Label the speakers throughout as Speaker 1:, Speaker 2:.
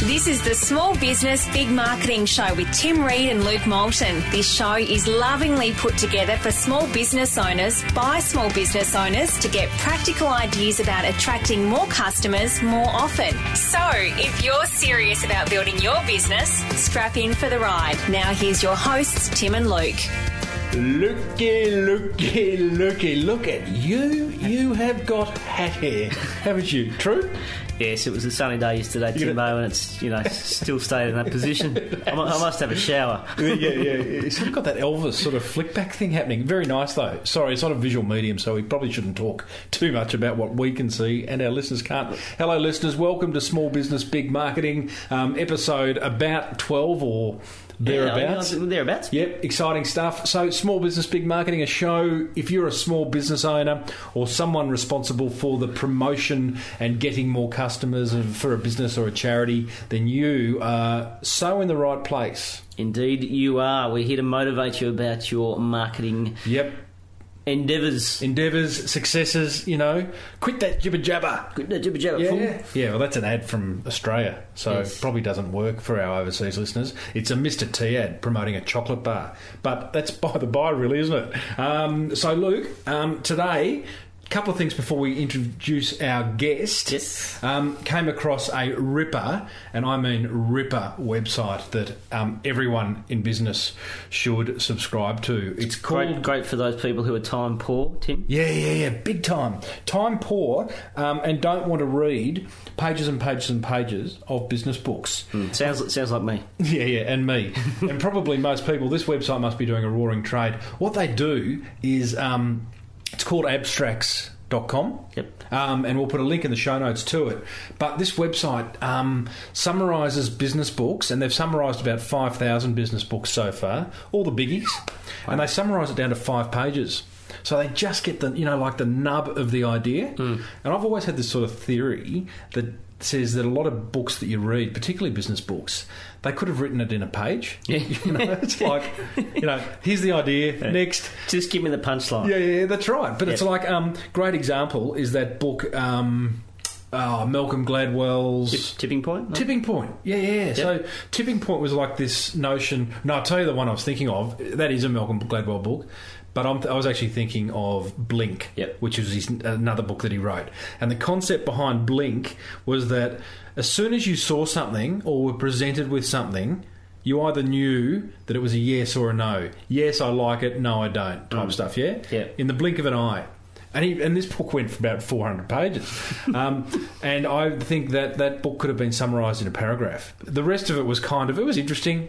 Speaker 1: This is the Small Business Big Marketing Show with Tim Reed and Luke Moulton. This show is lovingly put together for small business owners by small business owners to get practical ideas about attracting more customers more often. So, if you're serious about building your business, strap in for the ride. Now, here's your hosts, Tim and Luke.
Speaker 2: Looky, looky, looky, look at you. You have got hat hair, haven't you? True?
Speaker 3: Yes, it was a sunny day yesterday,
Speaker 2: You
Speaker 3: Timo, and it's you know still stayed in that position. I, mu- I must have a shower.
Speaker 2: yeah, yeah, yeah. It's sort of got that Elvis sort of flick back thing happening. Very nice, though. Sorry, it's not a visual medium, so we probably shouldn't talk too much about what we can see and our listeners can't. Hello, listeners. Welcome to Small Business Big Marketing, um, episode about 12 or thereabouts.
Speaker 3: Yeah, thereabouts.
Speaker 2: Yep, exciting stuff. So, Small Business Big Marketing, a show. If you're a small business owner or someone responsible for the promotion and getting more customers and- for a business or a charity, then you are so in the right place.
Speaker 3: Indeed, you are. We're here to motivate you about your marketing
Speaker 2: Yep.
Speaker 3: endeavours.
Speaker 2: Endeavours, successes, you know. Quit that jibber jabber.
Speaker 3: Good no, jibber jabber, fool.
Speaker 2: Yeah. yeah, well, that's an ad from Australia, so
Speaker 3: Yes.
Speaker 2: probably doesn't work for our overseas listeners. It's a Mr. T ad promoting a chocolate bar, but that's by the by, really, isn't it? Um, so, Luke, um, today, a couple of things before we introduce our guest.
Speaker 3: Yes.
Speaker 2: Um, came across a Ripper, and I mean Ripper website that um, everyone in business should subscribe to. It's called
Speaker 3: Great, great for those people who are time poor, Tim.
Speaker 2: yeah, yeah, yeah, big time. Time poor um, and don't want to read pages and pages and pages of business books.
Speaker 4: Hmm.
Speaker 3: Sounds sounds like me.
Speaker 2: Yeah, yeah, and me. and probably most people, this website must be doing a roaring trade. What they do is um, it's called abstracts.com.
Speaker 3: Yep.
Speaker 2: Um, and we'll put a link in the show notes to it. But this website um, summarises business books, and they've summarised about 5,000 business books so far, all the biggies, and they summarise it down to five pages. So they just get the, you know, like the nub of the idea. And I've always had this sort of theory that says that a lot of books that you read, particularly business books, they could have written it in a page.
Speaker 3: Yeah.
Speaker 2: You know, it's like, you know, here's the idea, next,
Speaker 3: Just give me the punchline.
Speaker 2: yeah, yeah, yeah, that's right. But it's
Speaker 3: Yeah.
Speaker 2: like um, great example is that book, um, oh, Malcolm Gladwell's.
Speaker 3: Tip- tipping point.
Speaker 2: Tipping Point, yeah, yeah. So Tipping Point was like this notion. No, I'll tell you the one I was thinking of. That is a Malcolm Gladwell book, but I'm, I was actually thinking of Blink,
Speaker 3: Yep.
Speaker 2: which is his, another book that he wrote. And the concept behind Blink was that as soon as you saw something or were presented with something, you either knew that it was a yes or a no. Yes, I like it. No, I don't.
Speaker 3: Mm.
Speaker 2: Type stuff. Yeah.
Speaker 3: Yep.
Speaker 2: In the blink of an eye. And, he, and this book went for about 400 pages. Um, and I think that that book could have been summarised in a paragraph. The rest of it was kind of, it was interesting.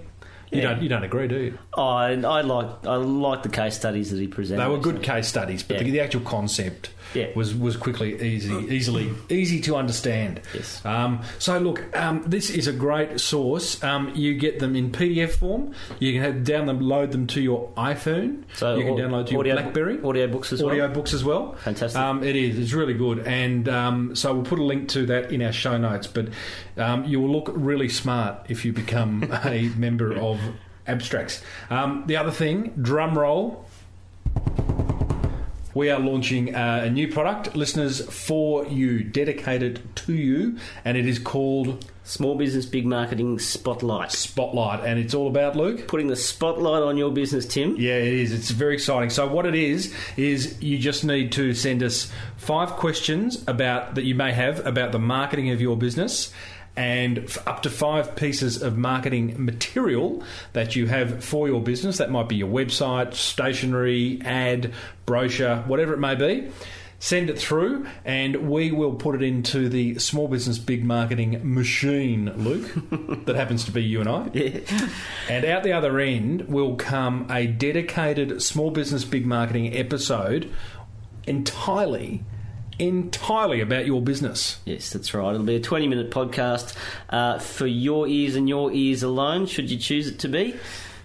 Speaker 2: You,
Speaker 3: Yeah.
Speaker 2: don't, you don't agree, do you?
Speaker 3: Oh, I, I like I like the case studies that he presented.
Speaker 2: They were good case studies, but
Speaker 3: Yeah.
Speaker 2: the, the actual concept
Speaker 3: Yeah.
Speaker 2: was was quickly easy, easily easy to understand.
Speaker 3: Yes.
Speaker 2: Um, so look, um, this is a great source. Um, you get them in PDF form. You can have download load them to your iPhone.
Speaker 3: So
Speaker 2: you can
Speaker 3: au-
Speaker 2: download to your
Speaker 3: audio,
Speaker 2: BlackBerry.
Speaker 3: audio books as
Speaker 2: audio
Speaker 3: well.
Speaker 2: books as well.
Speaker 3: Fantastic.
Speaker 2: Um, it is. It's really good. And um, so we'll put a link to that in our show notes. But um, you will look really smart if you become a member of Abstracts. Um, the other thing, drum roll. We are launching uh, a new product, listeners, for you, dedicated to you, and it is called
Speaker 3: Small business, big marketing spotlight.
Speaker 2: Spotlight. And it's all about Luke.
Speaker 3: Putting the spotlight on your business, Tim.
Speaker 2: Yeah, it is. It's very exciting. So what it is is you just need to send us five questions about that you may have about the marketing of your business. And f- up to five pieces of marketing material that you have for your business. That might be your website, stationery, ad, brochure, whatever it may be. Send it through, and we will put it into the small business big marketing machine, Luke, that happens to be you and I. And out the other end will come a dedicated small business big marketing episode entirely entirely about your business.
Speaker 3: Yes, that's right. It'll be a 20 minute podcast uh, for your ears and your ears alone, should you choose it to be.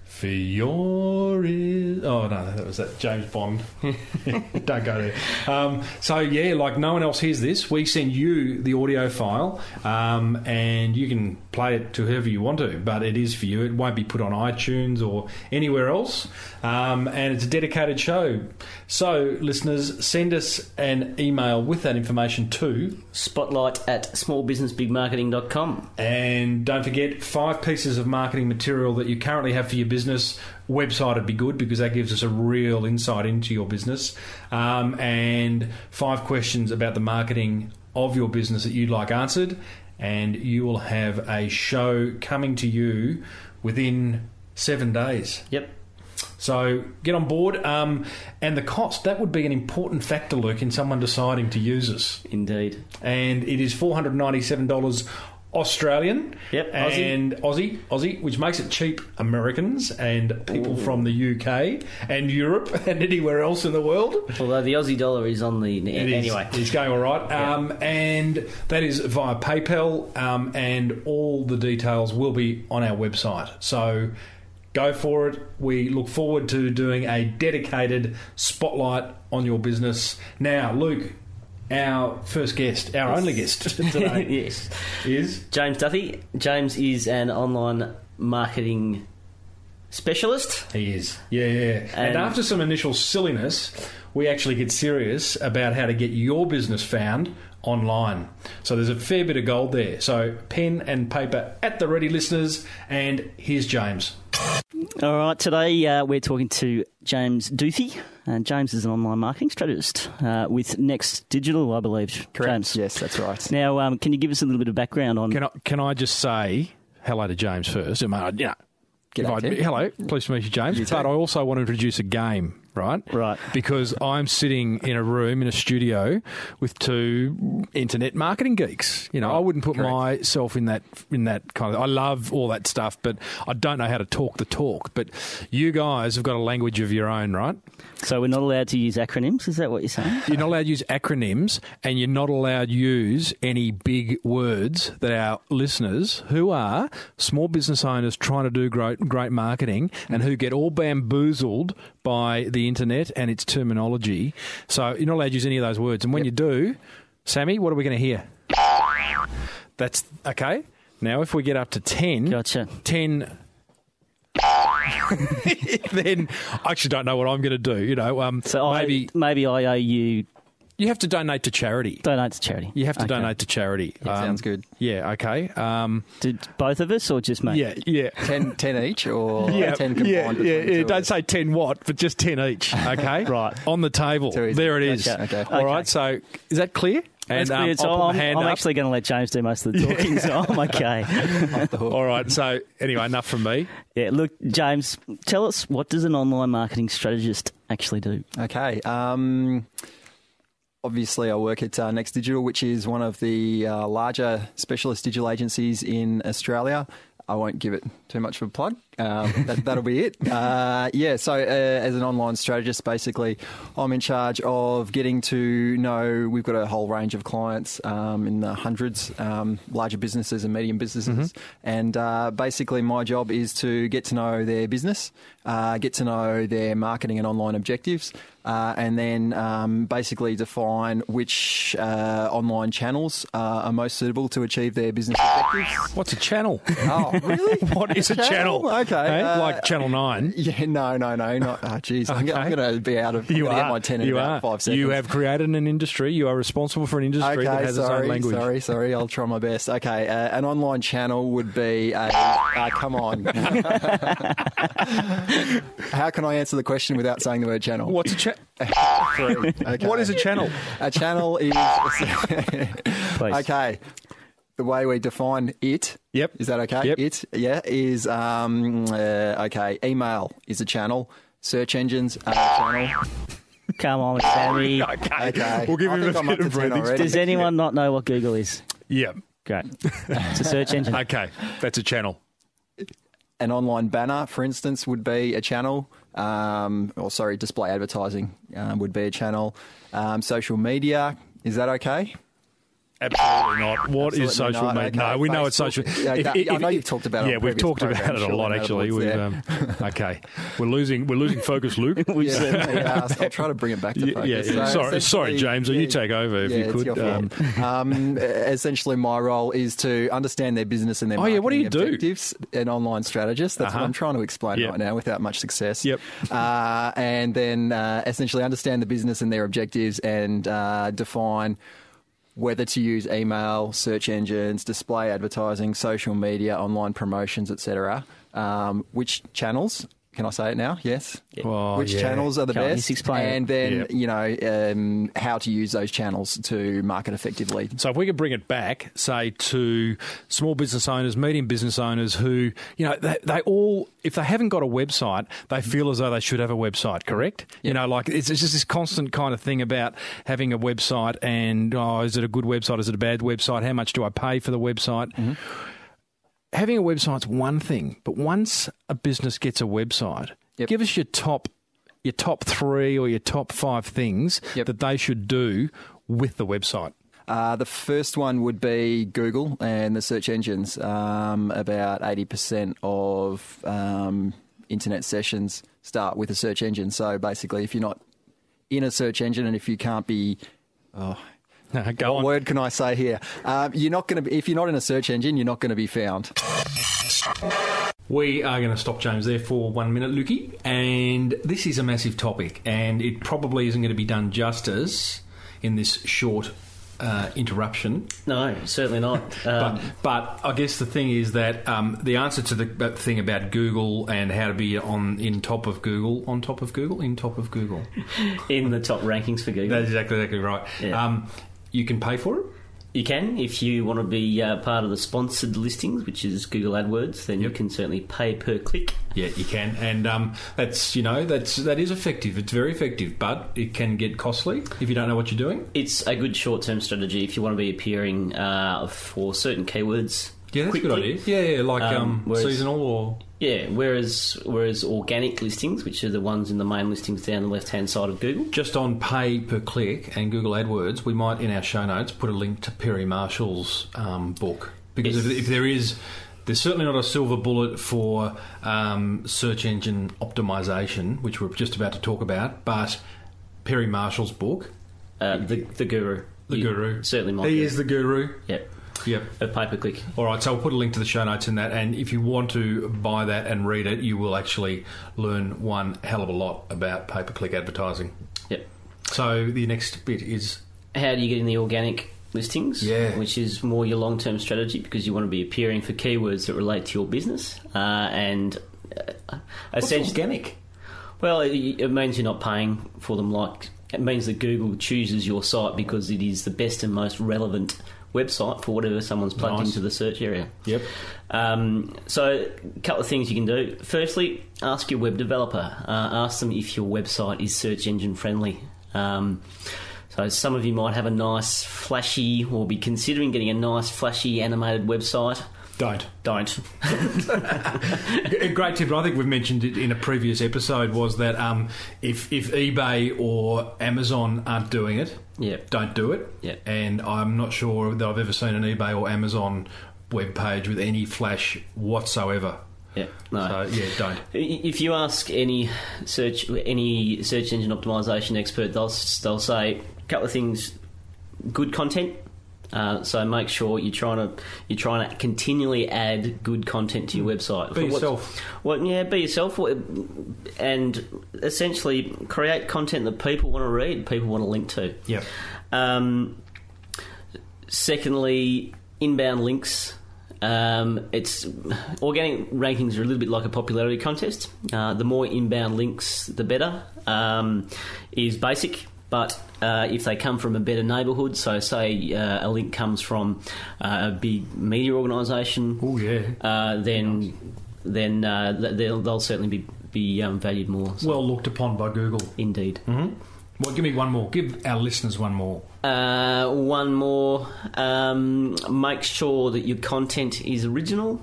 Speaker 2: for your ears. Oh no, that was that James Bond. Don't go there. Um, so yeah, like no one else hears this. We send you the audio file, um, and you can play it to whoever you want to. But it is for you. It won't be put on iTunes or anywhere else. Um, and it's a dedicated show. So listeners, send us an email with that information too.
Speaker 3: Spotlight at smallbusinessbigmarketing.com.
Speaker 2: And don't forget, five pieces of marketing material that you currently have for your business. Website would be good because that gives us a real insight into your business. Um, and five questions about the marketing of your business that you'd like answered. And you will have a show coming to you within seven days.
Speaker 3: Yep.
Speaker 2: So get on board. Um, and the cost, that would be an important factor, Luke, in someone deciding to use us
Speaker 3: Indeed.
Speaker 2: and it is four hundred ninety-seven dollars Australian.
Speaker 3: Yep, Aussie.
Speaker 2: and Aussie, Aussie, which makes it cheap Americans and people from the UK and Europe and anywhere else in the world.
Speaker 3: Although the Aussie dollar is on the.
Speaker 2: It is-
Speaker 3: anyway.
Speaker 2: it's going all right, um, and that is via PayPal, um, and all the details will be on our website. So. Go for it. We look forward to doing a dedicated spotlight on your business. Now, Luke, our first guest, our only guest today,
Speaker 3: yes.
Speaker 2: is
Speaker 3: James Duffy. James is an online marketing specialist.
Speaker 2: he is yeah yeah, yeah. And,
Speaker 3: And-
Speaker 2: after some initial silliness we actually get serious about how to get your business found online so there's a fair bit of gold there so pen and paper at the ready listeners and here's james
Speaker 3: All right, today uh, we're talking to James Duthie. And James is an online marketing strategist uh, with Next Digital, I believe. James.
Speaker 5: Yes, that's right.
Speaker 3: Now, um, can you give us a little bit of background on?
Speaker 5: Um,
Speaker 2: can i can i just say hello to james first Am I, you know, if
Speaker 5: G'day,
Speaker 2: I-
Speaker 5: Tim.
Speaker 2: hello pleased to meet you james
Speaker 5: You too.
Speaker 2: but i also want to introduce a game right
Speaker 3: Right.
Speaker 2: because i'm sitting in a room in a studio with two internet marketing geeks you know i wouldn't put
Speaker 5: correct.
Speaker 2: myself in that in that kind of i love all that stuff but i don't know how to talk the talk but you guys have got a language of your own right
Speaker 3: so we're not allowed to use acronyms. Is that what you're saying?
Speaker 2: you're not allowed to use acronyms and you're not allowed to use any big words that our listeners who are small business owners trying to do great, great marketing and who get all bamboozled by the internet and its terminology. So you're not allowed to use any of those words. And when you do, Sammy, what are we going to hear? That's okay. Now, if we get up to 10,
Speaker 3: Gotcha.
Speaker 2: 10 then I actually don't know what I'm going to do. You know, um,
Speaker 3: So
Speaker 2: maybe
Speaker 3: I, maybe I owe you
Speaker 2: you have to donate to charity.
Speaker 3: donate to charity.
Speaker 2: You have to
Speaker 3: Okay.
Speaker 2: donate to charity. Um,
Speaker 5: sounds good.
Speaker 2: Yeah. Okay. Um,
Speaker 3: to both of us, or just me?
Speaker 2: yeah. Yeah.
Speaker 5: 10, 10 each or
Speaker 2: Yeah,
Speaker 5: 10 combined?
Speaker 2: yeah,
Speaker 5: between
Speaker 2: yeah,
Speaker 5: the two
Speaker 2: yeah.
Speaker 5: of
Speaker 2: Don't
Speaker 5: us?
Speaker 2: say ten what, but just ten each. Okay,
Speaker 3: Right.
Speaker 2: on the table.
Speaker 5: Too easy.
Speaker 2: There it is.
Speaker 5: Okay, okay.
Speaker 2: All right. So is that clear?
Speaker 3: That's
Speaker 2: um,
Speaker 3: clear. So
Speaker 2: I'll put my
Speaker 3: I'm,
Speaker 2: hand
Speaker 3: I'm
Speaker 2: up.
Speaker 3: actually going to let James do most of the talking, so I'm okay.
Speaker 2: All right. So anyway, enough from me.
Speaker 3: yeah, look, James, tell us what does an online marketing strategist actually do?
Speaker 5: Okay. Um, obviously, I work at uh, Next Digital, which is one of the uh, larger specialist digital agencies in Australia. I won't give it too much of a plug. Um, that, that'll be it. Uh, yeah, so uh, as an online strategist, basically, I'm in charge of getting to know, we've got a whole range of clients um, in the hundreds, um, larger businesses and medium
Speaker 2: Mm-hmm.
Speaker 5: businesses. And uh, basically, my job is to get to know their business, uh, get to know their marketing and online objectives, uh, and then um, basically define which uh, online channels uh, are most suitable to achieve their business objectives.
Speaker 2: What's a channel?
Speaker 5: Oh, really?
Speaker 2: what is a channel?
Speaker 5: Okay.
Speaker 2: Eh?
Speaker 5: uh,
Speaker 2: like Channel Nine.
Speaker 5: yeah, no, no, no, not. Oh, jeez, I'm,
Speaker 2: Okay.
Speaker 5: going to be out of. I'm
Speaker 2: You
Speaker 5: gonna
Speaker 2: are.
Speaker 5: Get my ten in
Speaker 2: you
Speaker 5: about
Speaker 2: are.
Speaker 5: five seconds.
Speaker 2: You have created an industry. You are responsible for an industry that has
Speaker 5: sorry,
Speaker 2: its own language.
Speaker 5: Sorry, sorry, I'll try my best. Okay, uh, an online channel would be a. Uh, come on. How can I answer the question without saying the word channel?
Speaker 2: What's a cha-
Speaker 5: Okay.
Speaker 2: What is a channel?
Speaker 5: A channel is.
Speaker 3: Please.
Speaker 5: okay. The way we define it.
Speaker 2: Yep.
Speaker 5: Is that okay?
Speaker 2: Yep.
Speaker 5: It, yeah, is. Um, uh, okay, email is a channel. Search engines are a channel.
Speaker 3: Come on, Sammy.
Speaker 2: Okay.
Speaker 5: Okay.
Speaker 2: We'll give
Speaker 5: I
Speaker 2: him
Speaker 5: think
Speaker 2: a
Speaker 5: I'm up
Speaker 2: bit
Speaker 5: to
Speaker 2: of
Speaker 5: 10
Speaker 2: breathing.
Speaker 5: already.
Speaker 3: Does anyone not know what Google is?
Speaker 2: Yeah.
Speaker 3: Great. It's a search engine.
Speaker 2: Okay. That's a channel.
Speaker 5: an online banner, for instance, would be a channel. Um, or sorry, display uh, advertising um, would be a channel. Um, social media is that okay?
Speaker 6: Absolutely not. What is
Speaker 5: Absolutely
Speaker 6: social
Speaker 5: not.
Speaker 6: media? No,
Speaker 5: Okay,
Speaker 6: we know it's
Speaker 5: Facebook.
Speaker 6: social.
Speaker 5: Yeah, that- I know you've talked about it
Speaker 6: Yeah,
Speaker 5: on
Speaker 6: we've
Speaker 5: previous
Speaker 6: talked about
Speaker 5: programs,
Speaker 6: it a lot
Speaker 5: surely
Speaker 6: actually.
Speaker 5: no
Speaker 6: We've, um,
Speaker 5: one's
Speaker 6: okay, we're losing we're losing focus, Luke.
Speaker 3: We
Speaker 5: Yeah,
Speaker 3: said-
Speaker 5: they asked. I'll try to bring it back to
Speaker 6: Yeah,
Speaker 5: focus.
Speaker 6: yeah, yeah.
Speaker 5: So
Speaker 6: Sorry, sorry,
Speaker 5: essentially-
Speaker 6: James.
Speaker 5: yeah,
Speaker 6: you take over if
Speaker 5: yeah,
Speaker 6: you
Speaker 5: it's
Speaker 6: could.
Speaker 5: your
Speaker 6: Um,
Speaker 5: fault. Um, essentially, my role is to understand their business and their
Speaker 6: Oh,
Speaker 5: marketing
Speaker 6: yeah, what do you do?
Speaker 5: objectives. An online strategist. That's
Speaker 6: Uh-huh.
Speaker 5: what I'm trying to explain
Speaker 6: Yep.
Speaker 5: right now without much success.
Speaker 6: Yep.
Speaker 5: Uh, and then uh, essentially understand the business and their objectives and uh, define whether to use email, search engines, display advertising, social media, online promotions, etc. Um, which channels? Can I say it now? Yes.
Speaker 6: Oh,
Speaker 5: which
Speaker 6: yeah.
Speaker 5: channels are the
Speaker 3: Come on,
Speaker 5: best?
Speaker 3: he's explained it.
Speaker 5: and then
Speaker 6: Yep.
Speaker 5: you know um, how to use those channels to market effectively.
Speaker 6: So if we could bring it back, say to small business owners, medium business owners who, you know, they, they all, if they haven't got a website, they feel as though they should have a website. Correct? You know, like it's, it's just this constant kind of thing about having a website and oh, is it a good website? Is it a bad website? How much do I pay for the website?
Speaker 5: Mm-hmm.
Speaker 6: Having a website's one thing, but once a business gets a website,
Speaker 5: Yep.
Speaker 6: give us your top. Your top three or your top five things
Speaker 5: Yep.
Speaker 6: that they should do with the website.
Speaker 5: Uh, the first one would be Google and the search engines. Um, about eighty percent of um, internet sessions start with a search engine. So basically, if you're not in a search engine and if you can't be
Speaker 6: No, go
Speaker 5: what
Speaker 6: on.
Speaker 5: word can I say here? Um, you're not going to. If you're not in a search engine, you're not going to be found.
Speaker 2: We are going to stop James there for one minute, Lukey. And this is a massive topic, and it probably isn't going to be done justice in this short uh, interruption.
Speaker 3: No, certainly not. Um,
Speaker 2: but, but I guess the thing is that um, the answer to the that thing about Google and how to be on in top of Google, on top of Google, in top of Google.
Speaker 3: in the top rankings for Google.
Speaker 2: That's exactly exactly right.
Speaker 4: Yeah.
Speaker 2: Um, you can pay for it.
Speaker 4: You can, if you want to be uh, part of the sponsored listings, which is Google AdWords, then
Speaker 2: Yep.
Speaker 4: you can certainly pay per click.
Speaker 2: Yeah, you can, and um, that's you know that's that is effective. It's very effective, but it can get costly if you don't know what you're doing.
Speaker 4: It's a good short-term strategy if you want to be appearing uh, for certain keywords.
Speaker 2: Yeah, that's a good
Speaker 4: quickly.
Speaker 2: idea. Yeah, yeah, like um,
Speaker 4: Um, whereas-
Speaker 2: seasonal or
Speaker 4: Yeah, whereas whereas organic listings, which are the ones in the main listings down the left-hand side of Google,
Speaker 2: just on pay per click and Google AdWords. We might in our show notes put a link to Perry Marshall's um, book because
Speaker 4: Yes.
Speaker 2: if, if there is. There's certainly not a silver bullet for um, search engine optimization, which we're just about to talk about, but Perry Marshall's book,
Speaker 4: uh, the the guru,
Speaker 2: The
Speaker 4: You
Speaker 2: Guru.
Speaker 4: certainly might.
Speaker 2: he
Speaker 4: be.
Speaker 2: is the guru.
Speaker 4: Yep,
Speaker 2: Yep.
Speaker 4: a pay per click.
Speaker 2: All right, so I'll put a link to the show notes in that, and if you want to buy that and read it, you will actually learn one hell of a lot about pay per click advertising.
Speaker 4: Yep.
Speaker 2: So the next bit is
Speaker 4: How do you get in the organic listings?
Speaker 2: Yeah.
Speaker 4: Which is more your long term strategy because you want to be appearing for keywords that relate to your business. Uh, and uh, essentially,
Speaker 2: organic.
Speaker 4: well, it, it means you're not paying for them like it means that Google chooses your site because it is the best and most relevant website for whatever someone's plugged
Speaker 2: Nice.
Speaker 4: into the search area.
Speaker 2: Yep.
Speaker 4: Um, so, a couple of things you can do. Firstly, ask your web developer. Uh, ask them if your website is search engine friendly. Um, so, some of you might have a nice, flashy, or be considering getting a nice, flashy, animated website.
Speaker 2: Don't.
Speaker 4: Don't.
Speaker 2: A great tip, and I think we've mentioned it in a previous episode, was that um, if if eBay or Amazon aren't doing it,
Speaker 4: Yeah.
Speaker 2: don't do it.
Speaker 4: Yeah.
Speaker 2: And I'm not sure that I've ever seen an eBay or Amazon web page with any flash whatsoever.
Speaker 4: Yeah. No.
Speaker 2: So yeah, don't.
Speaker 4: If you ask any search any search engine optimization expert, they'll they'll say a couple of things: good content. Uh, so make sure you're trying to you're trying to continually add good content to your website.
Speaker 2: Hmm. Be
Speaker 4: For what's-
Speaker 2: yourself.
Speaker 4: Well, yeah, be yourself, What- and essentially create content that people want to read, people want to link to.
Speaker 2: Yep.
Speaker 4: Um, secondly, inbound links. Um, it's organic rankings are a little bit like a popularity contest. Uh, the more inbound links, the better. Um, is basic, but uh, if they come from a better neighbourhood, so say uh, a link comes from uh, a big media organisation,
Speaker 2: Oh yeah.
Speaker 4: uh, then then uh, th- they'll, they'll certainly be be um, valued more. So,
Speaker 2: Well looked upon by Google.
Speaker 4: indeed.
Speaker 2: Well, give me one more. Give our listeners one more.
Speaker 4: Uh, one more.
Speaker 2: Hmm?
Speaker 4: Um, make sure that your content is original.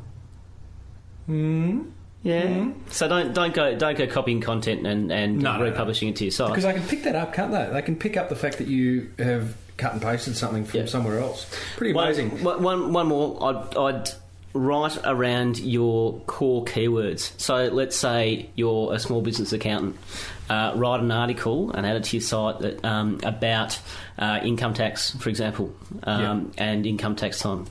Speaker 4: Yeah. So don't don't go don't go copying content and and
Speaker 2: No, no, no.
Speaker 4: republishing it to your site.
Speaker 2: Because they can pick that up, can't they? They can pick up the fact that you have cut and pasted something from
Speaker 4: Yeah.
Speaker 2: somewhere else. Pretty
Speaker 4: One-
Speaker 2: amazing.
Speaker 4: One, one, one more. I'd, I'd write around your core keywords. So let's say you're a small business accountant. Uh, write an article and add it to your site that, um, about uh, income tax, for example, um, and income tax time.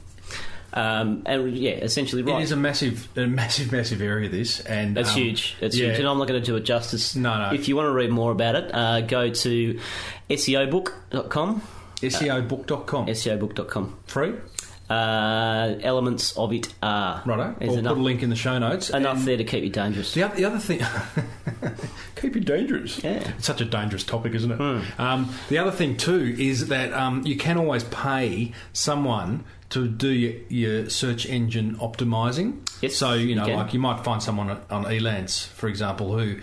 Speaker 4: Um, and yeah, essentially, right.
Speaker 2: It is a massive, a massive, massive area. This and
Speaker 4: That's
Speaker 2: um,
Speaker 4: huge. That's
Speaker 2: yeah.
Speaker 4: huge, and I'm not going to do it justice.
Speaker 2: No, no.
Speaker 4: If you want to read more about it, uh, go to E seobook.com.
Speaker 2: E SEObook.com.
Speaker 4: E SEObook.com.
Speaker 2: Free,
Speaker 4: Uh, elements of it are
Speaker 2: righto.
Speaker 4: There's
Speaker 2: We'll
Speaker 4: enough,
Speaker 2: put a link in the show notes.
Speaker 4: enough
Speaker 2: And
Speaker 4: there to keep you dangerous.
Speaker 2: The, oth- the other thing, keep you dangerous.
Speaker 4: Yeah.
Speaker 2: It's such a dangerous topic, isn't it? Um, the other thing too is that um, you can always pay someone to do your, your search engine optimizing.
Speaker 4: Yes,
Speaker 2: so you
Speaker 4: you
Speaker 2: know,
Speaker 4: can.
Speaker 2: like you might find someone on Elance, for example, who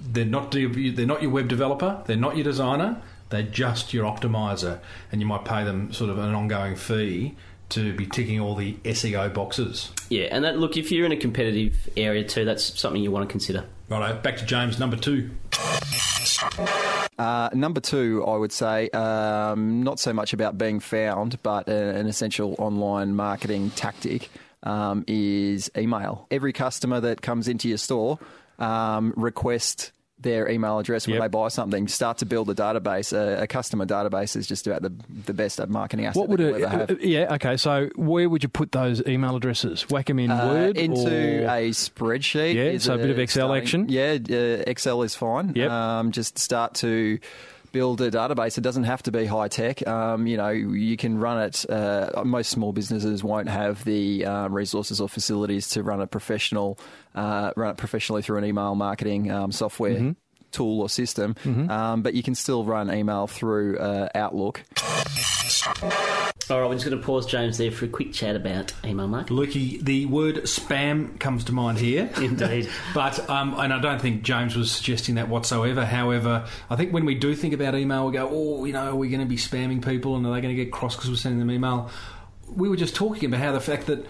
Speaker 2: they're not de- they're not your web developer, they're not your designer, they're just your optimizer, and you might pay them sort of an ongoing fee to be ticking all the SEO boxes.
Speaker 4: Yeah, and that look, if you're in a competitive area too, that's something you want to consider.
Speaker 2: Righto, back to James number two.
Speaker 5: Uh, number two, I would say, um, not so much about being found, but a, an essential online marketing tactic um, is email. Every customer that comes into your store um, request their email address when
Speaker 6: Yep.
Speaker 5: they buy something. Start to build a database. A, a customer database is just about the the best marketing asset
Speaker 6: What would uh,
Speaker 5: that you'll
Speaker 6: it?
Speaker 5: ever have.
Speaker 6: yeah, okay. So where would you put those email addresses? Whack them in
Speaker 5: Uh,
Speaker 6: Word
Speaker 5: into
Speaker 6: or-
Speaker 5: a spreadsheet.
Speaker 6: Yeah,
Speaker 5: is
Speaker 6: so a bit of Excel action.
Speaker 5: Yeah, uh, Excel is fine.
Speaker 6: Yep.
Speaker 5: Um, just start to build a database. It doesn't have to be high tech. Um, you know, you can run it. Uh, most small businesses won't have the um, resources or facilities to run a professional, uh, run it professionally through an email marketing um, software.
Speaker 6: Mm-hmm.
Speaker 5: Tool or system, um, but you can still run email through uh, Outlook.
Speaker 4: All right, we're just going to pause James there for a quick chat about email marketing.
Speaker 2: Lukey, the word spam comes to mind here.
Speaker 4: Indeed.
Speaker 2: but, um, and I don't think James was suggesting that whatsoever. However, I think when we do think about email, we go, oh, you know, are we going to be spamming people and are they going to get cross because we're sending them email? We were just talking about how the fact that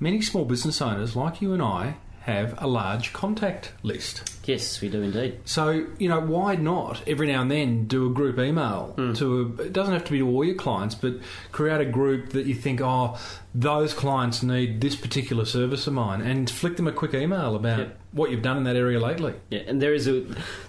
Speaker 2: many small business owners, like you and I, have a large contact list.
Speaker 4: Yes, we do indeed.
Speaker 2: So you know why not every now and then do a group email to a, it doesn't have to be to all your clients, but create a group that you think oh those clients need this particular service of mine, and flick them a quick email about
Speaker 4: Yep.
Speaker 2: what you've done in that area lately.
Speaker 4: Yeah, and there is a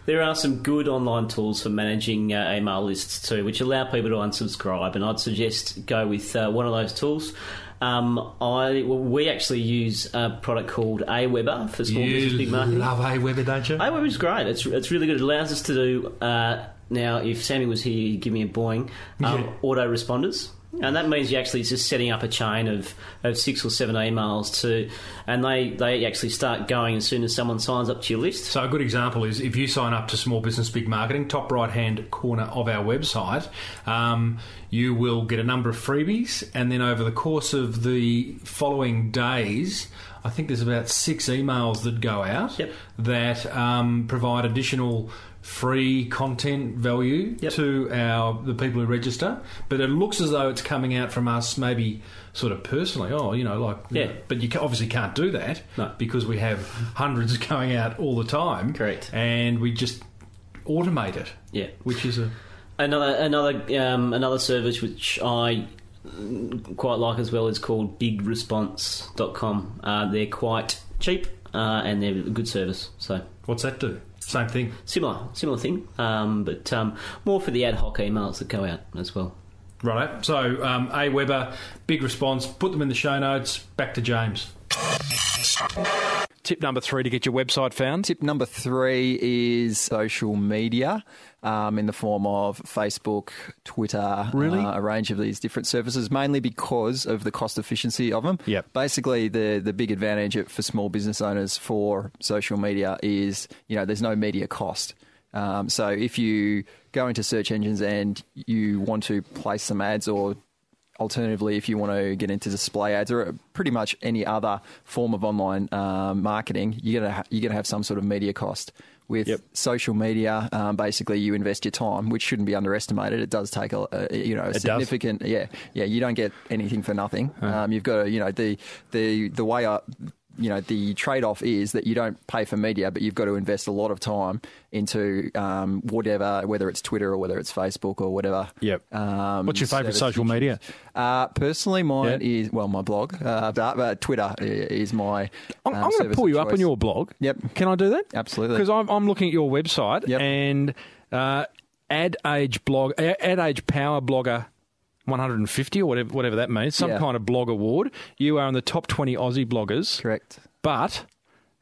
Speaker 4: there are some good online tools for managing uh, email lists too, which allow people to unsubscribe. And I'd suggest go with uh, one of those tools. Um, I well, we actually use a product called Aweber for small business
Speaker 2: you
Speaker 4: big marketing.
Speaker 2: love Aweber, don't you?
Speaker 4: Aweber is great. It's it's really good. It allows us to do uh, now. If Sammy was here, he'd give me a boing. Um,
Speaker 2: Yeah.
Speaker 4: Auto responders. And that means you actually just setting up a chain of, of six or seven emails to, and they, they actually start going as soon as someone signs up to your list.
Speaker 2: So a good example is if you sign up to Small Business Big Marketing, top right hand corner of our website, um, you will get a number of freebies, and then over the course of the following days, I think there's about six emails that go out
Speaker 4: Yep.
Speaker 2: that um, provide additional free content value
Speaker 4: Yep.
Speaker 2: to our the people who register. But it looks as though it's coming out from us, maybe sort of personally. Oh, you know, like
Speaker 4: Yeah.
Speaker 2: But you ca- obviously can't do that
Speaker 4: No.
Speaker 2: because we have hundreds going out all the time.
Speaker 4: Correct.
Speaker 2: And we just automate it,
Speaker 4: Yeah.
Speaker 2: which is a
Speaker 4: Another another um, another service which I mm, quite like as well is called BigResponse.com. Uh, they're quite cheap uh, and they're a good service. So
Speaker 2: what's that do? Same thing.
Speaker 4: similar similar thing, um, but um, more for the ad hoc emails that go out as well.
Speaker 2: Right. So um, Aweber, big response. Put them in the show notes. Back to James.
Speaker 6: Tip number three to get your website found.
Speaker 5: Tip number three is social media um, in the form of Facebook, Twitter,
Speaker 6: Really?
Speaker 5: uh, a range of these different services, mainly because of the cost efficiency of them.
Speaker 6: Yep.
Speaker 5: Basically, the, the big advantage for small business owners for social media is, you know, there's no media cost. Um, so if you go into search engines and you want to place some ads or alternatively, if you want to get into display ads or pretty much any other form of online um, marketing, you're gonna ha- you're gonna have some sort of media cost. With
Speaker 6: Yep.
Speaker 5: social media, um, basically, you invest your time, which shouldn't be underestimated. It does take a, a you know a
Speaker 6: does.
Speaker 5: significant yeah yeah. You don't get anything for nothing. Um, you've got to you know the the the way I you know the trade-off is that you don't pay for media, but you've got to invest a lot of time into um, whatever, whether it's Twitter or whether it's Facebook or whatever.
Speaker 6: Yep.
Speaker 5: Um,
Speaker 6: What's your favourite
Speaker 5: service
Speaker 6: social
Speaker 5: you
Speaker 6: media?
Speaker 5: choose. Uh, personally, mine
Speaker 6: Yeah.
Speaker 5: is well, my blog, uh, but, but Twitter i- is my.
Speaker 6: I'm, I'm
Speaker 5: um,
Speaker 6: going to
Speaker 5: service
Speaker 6: pull
Speaker 5: of
Speaker 6: you up on
Speaker 5: choice.
Speaker 6: your blog.
Speaker 5: Yep.
Speaker 6: Can I do that?
Speaker 5: Absolutely.
Speaker 6: Because I'm, I'm looking at your website
Speaker 5: Yep.
Speaker 6: and uh, ad age blog, a- ad age power blogger. 150 or whatever, whatever that means, some
Speaker 5: Yeah.
Speaker 6: kind of blog award. You are in the top 20 Aussie bloggers,
Speaker 5: Correct. Oh.
Speaker 6: but,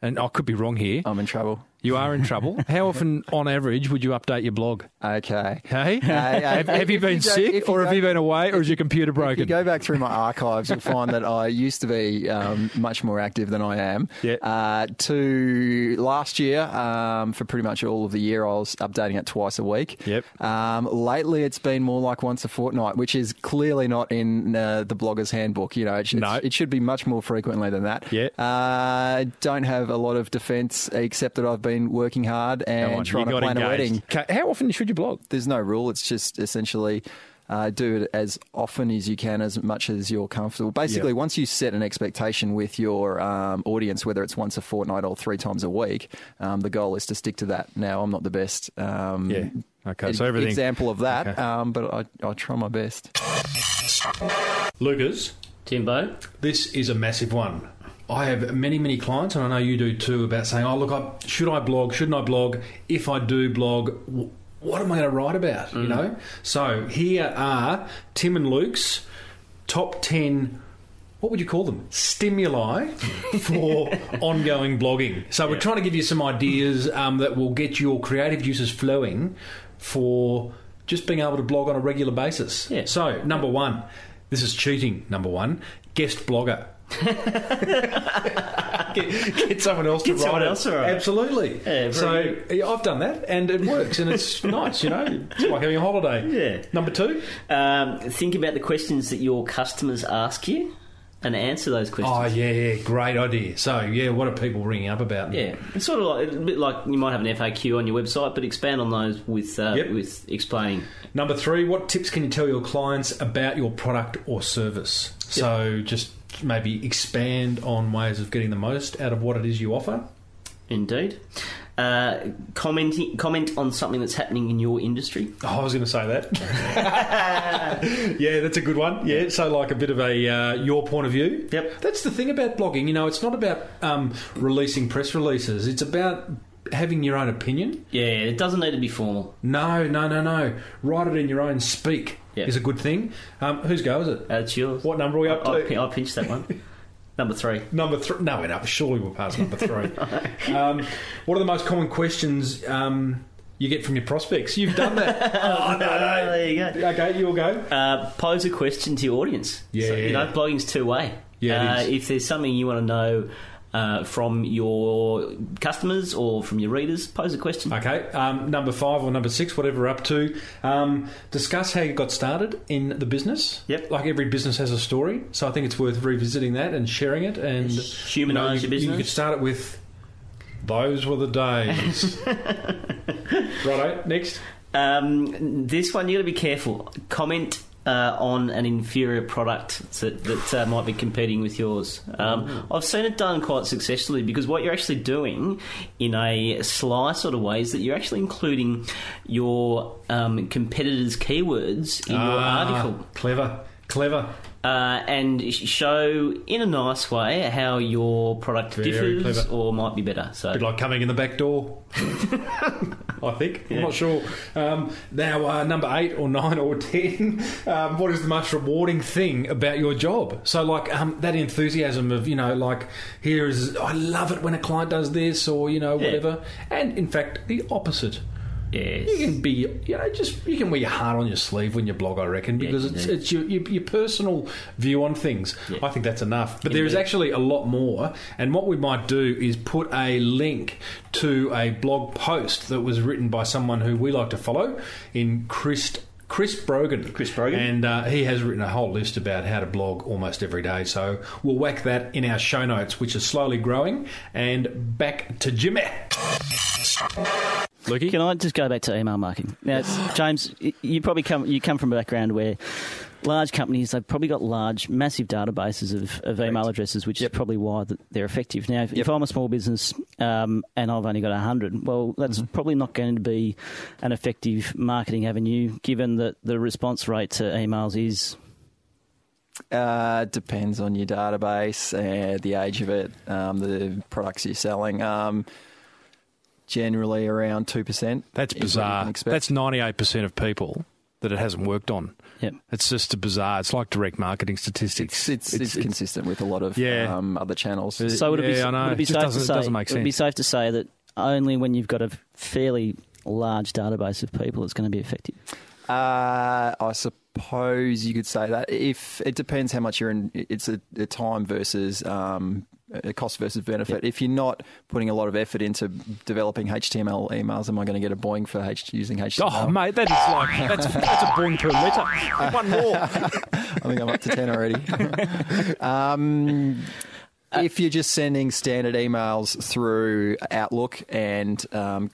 Speaker 6: and I could be wrong here,
Speaker 5: I'm in trouble.
Speaker 6: you are in trouble. How often, on average, would you update your blog?
Speaker 5: Okay.
Speaker 6: Hey,
Speaker 5: hey,
Speaker 6: have, have
Speaker 5: if
Speaker 6: you
Speaker 5: you
Speaker 6: been
Speaker 5: go-
Speaker 6: sick,
Speaker 5: if you
Speaker 6: or have
Speaker 5: go-
Speaker 6: you been away, or is your computer
Speaker 5: If you
Speaker 6: broken?
Speaker 5: go back through my archives, you'll find that I used to be um, much more active than I am.
Speaker 6: Yeah.
Speaker 5: Uh, to last year, um, for pretty much all of the year, I was updating it twice a week.
Speaker 6: Yep.
Speaker 5: Um, lately, it's been more like once a fortnight, which is clearly not in uh, the blogger's handbook. You know, it, should-
Speaker 6: No.
Speaker 5: it should be much more frequently than that.
Speaker 6: Yeah.
Speaker 5: Uh, don't have a lot of defence except that I've been working hard
Speaker 6: Come
Speaker 5: and
Speaker 6: on,
Speaker 5: trying
Speaker 6: you
Speaker 5: to
Speaker 6: got
Speaker 5: plan a
Speaker 6: engaged.
Speaker 5: wedding
Speaker 6: Okay, How often should you blog?
Speaker 5: there's no rule. It's just essentially uh, do it as often as you can, as much as you're comfortable. Basically,
Speaker 6: Yeah.
Speaker 5: once you set an expectation with your um, audience, whether it's once a fortnight or three times a week, um, the goal is to stick to that. Now, I'm not the best. Um,
Speaker 6: Yeah. Okay,
Speaker 5: e-
Speaker 6: so everything-
Speaker 5: example of that,
Speaker 6: Okay.
Speaker 5: um, but I, I try my best.
Speaker 2: Lucas,
Speaker 4: Timbo,
Speaker 2: this is a massive one. I have many, many clients, and I know you do too, about saying, "Oh, look, I, should I blog? Shouldn't I blog? If I do blog, w- what am I going to write about?" You know. So here are Tim and Luke's top ten. What would you call them? Stimuli for ongoing blogging. So we're trying to give you some ideas um, that will get your creative juices flowing for just being able to blog on a regular basis.
Speaker 4: Yeah.
Speaker 2: So Oh, number one, this is cheating. Number one, guest blogger get, get someone else
Speaker 4: Get
Speaker 2: to
Speaker 4: someone
Speaker 2: write
Speaker 4: else
Speaker 2: it.
Speaker 4: to write it.
Speaker 2: Absolutely.
Speaker 4: Yeah, very
Speaker 2: so yeah, I've done that, and it works, and it's nice. You know, it's like having a holiday.
Speaker 4: Yeah.
Speaker 2: Number two.
Speaker 4: um, think about the questions that your customers ask you and answer those questions.
Speaker 2: Oh yeah, yeah, great idea. So yeah, what are people ringing up about?
Speaker 4: Yeah, it's sort of like a bit like you might have an FAQ on your website, but expand on those with uh,
Speaker 2: Yep.
Speaker 4: with explaining.
Speaker 2: Number three. What tips can you tell your clients about your product or service? So just maybe expand on ways of getting the most out of what it is you offer.
Speaker 4: Indeed, uh, commenting comment on something that's happening in your industry.
Speaker 2: Oh, I was going to say that. yeah, that's a good one. Yeah, so like a bit of a uh, your point of view.
Speaker 4: Yep.
Speaker 2: That's the thing about blogging. You know, it's not about um, releasing press releases. It's about having your own opinion.
Speaker 4: Yeah, it doesn't need to be formal.
Speaker 2: No, no, no, no. Write it in your own speak
Speaker 4: Yeah.
Speaker 2: is a good thing. Um, whose go is it?
Speaker 4: That's yours.
Speaker 2: What number are we up
Speaker 4: I,
Speaker 2: to?
Speaker 4: I pinched that one. Number three.
Speaker 2: Number three. No, we're not. Surely we're past number three. um, what are the most common questions um, you get from your prospects? You've done that. oh, no,
Speaker 4: there you go.
Speaker 2: no. Okay, you'll go.
Speaker 4: Uh, pose a question to your audience. So, you know,
Speaker 2: Yeah.
Speaker 4: blogging's two way.
Speaker 2: Yeah,
Speaker 4: uh,
Speaker 2: it is.
Speaker 4: If there's something you want to know uh, from your customers or from your readers, pose a question.
Speaker 2: Okay, um, number five or number six, whatever we're up to. Um, discuss how you got started in the business.
Speaker 4: Yep.
Speaker 2: Like every business has a story, so I think it's worth revisiting that and sharing it and
Speaker 4: Humanise
Speaker 2: you know, you-
Speaker 4: your
Speaker 2: You
Speaker 4: business.
Speaker 2: could start it with, "Those were the days." Righto. Next.
Speaker 4: Um, this one, you got to be careful. Comment uh, on an inferior product that, that uh, might be competing with yours.
Speaker 2: Mm.
Speaker 4: Um, I've seen it done quite successfully because what you're actually doing in a sly sort of way is that you're actually including your um, competitors' keywords in your
Speaker 2: Ah,
Speaker 4: article
Speaker 2: Clever. Clever.
Speaker 4: uh, and sh- show in a nice way how your product
Speaker 2: Very
Speaker 4: differs
Speaker 2: clever.
Speaker 4: or might be better. So
Speaker 2: bit like coming in the back door. I think. I'm not sure. Um, now, uh, number eight or nine or ten. Um, what is the most rewarding thing about your job? So, like um, that enthusiasm of you know, like here is I love it when a client does this or you know
Speaker 4: Yeah.
Speaker 2: whatever. And in fact, the opposite.
Speaker 4: yes.
Speaker 2: You can be, you know, just you can wear your heart on your sleeve when you blog, I reckon, because it's,
Speaker 4: indeed.
Speaker 2: it's your, your your personal view on things.
Speaker 4: Yeah.
Speaker 2: I think that's enough. But there is actually a lot more, and what we might do is put a link to a blog post that was written by someone who we like to follow in Chris Chris Brogan.
Speaker 4: Chris Brogan.
Speaker 2: And uh, he has written a whole list about how to blog almost every day. So we'll whack that in our show notes, which is slowly growing. And back to Jimmy.
Speaker 6: Lukey?
Speaker 3: Can I just go back to email marketing? Now, James, y- you probably come you come from a background where
Speaker 4: large companies, they've probably got large, massive databases of, of email addresses, which
Speaker 5: Yep.
Speaker 4: is probably why th- they're effective. Now, if, if
Speaker 5: Yep.
Speaker 4: I'm a small business um, and I've only got 100, well, that's
Speaker 2: Mm-hmm.
Speaker 4: probably not going to be an effective marketing avenue given that the response rate to emails is.
Speaker 5: Uh, depends on your database, uh, the age of it, um, the products you're selling. Um, generally around 2%.
Speaker 2: That's
Speaker 5: is what you can
Speaker 2: bizarre.
Speaker 5: expect.
Speaker 2: That's 98% of people that it hasn't worked on.
Speaker 4: Yep.
Speaker 2: It's just a bizarre. It's like direct marketing statistics.
Speaker 5: it's, it's, it's, consistent with a lot of
Speaker 2: Yeah.
Speaker 5: um, other channels.
Speaker 4: So would it be,
Speaker 2: Yeah, I know.
Speaker 4: would it be
Speaker 2: It just
Speaker 4: safe
Speaker 2: doesn't-
Speaker 4: to
Speaker 2: it
Speaker 4: say,
Speaker 2: doesn't make
Speaker 4: It would be
Speaker 2: sense.
Speaker 4: safe to say that only when you've got a fairly large database of people it's going to be effective.
Speaker 5: Uh, I suppose you could say that. If it depends how much you're in, it's a, a time versus um, a cost versus benefit. If you're not putting a lot of effort into developing HTML emails, am I going to get a boing for H- using HTML?
Speaker 2: Oh, mate, that is like, that's, that's a boing per litre. One more.
Speaker 5: I think I'm up to 10 already. um, if you're just sending standard emails through Outlook and, um,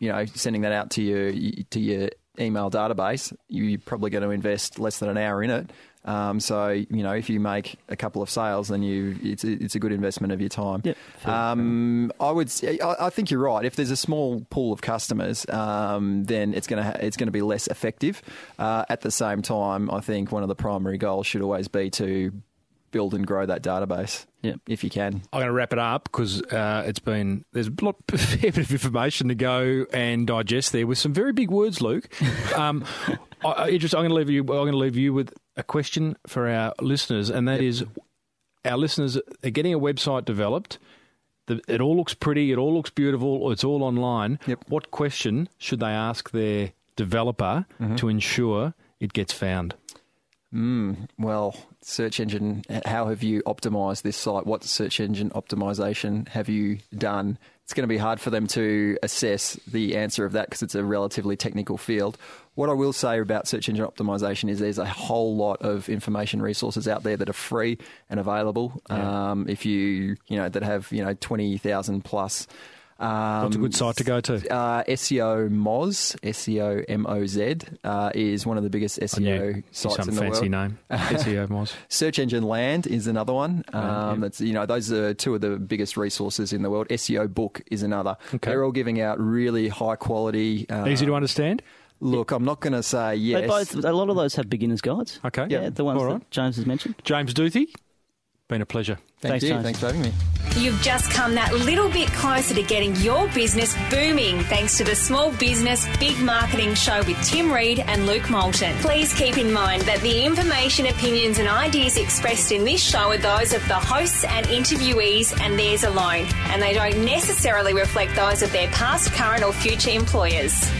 Speaker 5: you know, sending that out to your, to your email database, you're probably going to invest less than an hour in it. Um, so, you know, if you make a couple of sales, then you it's, it's a good investment of your time.
Speaker 4: Yep.
Speaker 5: Um, I would. say- I, I think you're right. If there's a small pool of customers, um, then it's going to ha- it's going to be less effective. Uh, at the same time, I think one of the primary goals should always be to build and grow that database.
Speaker 4: Yep.
Speaker 5: If you can.
Speaker 2: I'm going to wrap it up because uh, it's been there's a lot a fair bit of information to go and digest there with some very big words, Luke. Um, I, I- it just, I'm going to leave you. I'm going to leave you with a question for our listeners, and that is, our listeners are getting a website developed. The, it all looks pretty. It all looks beautiful. It's all online.
Speaker 5: Yep.
Speaker 2: What question should they ask their developer
Speaker 5: Mm-hmm.
Speaker 2: to ensure it gets found?
Speaker 5: Mm, well, search engine. How have you optimized this site? What search engine optimization have you done? It's going to be hard for them to assess the answer of that because it's a relatively technical field. What I will say about search engine optimization is there's a whole lot of information resources out there that are free and available. Um, if you you know that have you know twenty thousand plus. Um,
Speaker 2: What's a good site to go to?
Speaker 5: uh, SEO Moz, SEO M E O Z, uh, is one of the biggest SEO E sites
Speaker 2: some
Speaker 5: in the
Speaker 2: fancy
Speaker 5: world.
Speaker 2: name. SEO Moz.
Speaker 5: Search Engine Land is another one.
Speaker 4: Oh,
Speaker 5: Um,
Speaker 2: yeah.
Speaker 5: That's you know those are two of the biggest resources in the world. SEO Book is another.
Speaker 2: Okay.
Speaker 5: They're all giving out really high quality. Uh,
Speaker 2: Easy to understand.
Speaker 5: look. I'm not going to say yes.
Speaker 4: They both, a lot of those have beginners guides.
Speaker 2: Okay.
Speaker 4: Yeah, the ones
Speaker 2: All right.
Speaker 4: that James has mentioned.
Speaker 2: James Duthie, been a pleasure.
Speaker 4: Thanks,
Speaker 5: Thank you.
Speaker 4: James.
Speaker 5: Thanks for having me.
Speaker 1: You've just come that little bit closer to getting your business booming thanks to the Small Business Big Marketing Show with Tim Reed and Luke Moulton. Please keep in mind that the information, opinions, and ideas expressed in this show are those of the hosts and interviewees and theirs alone, and they don't necessarily reflect those of their past, current, or future employers.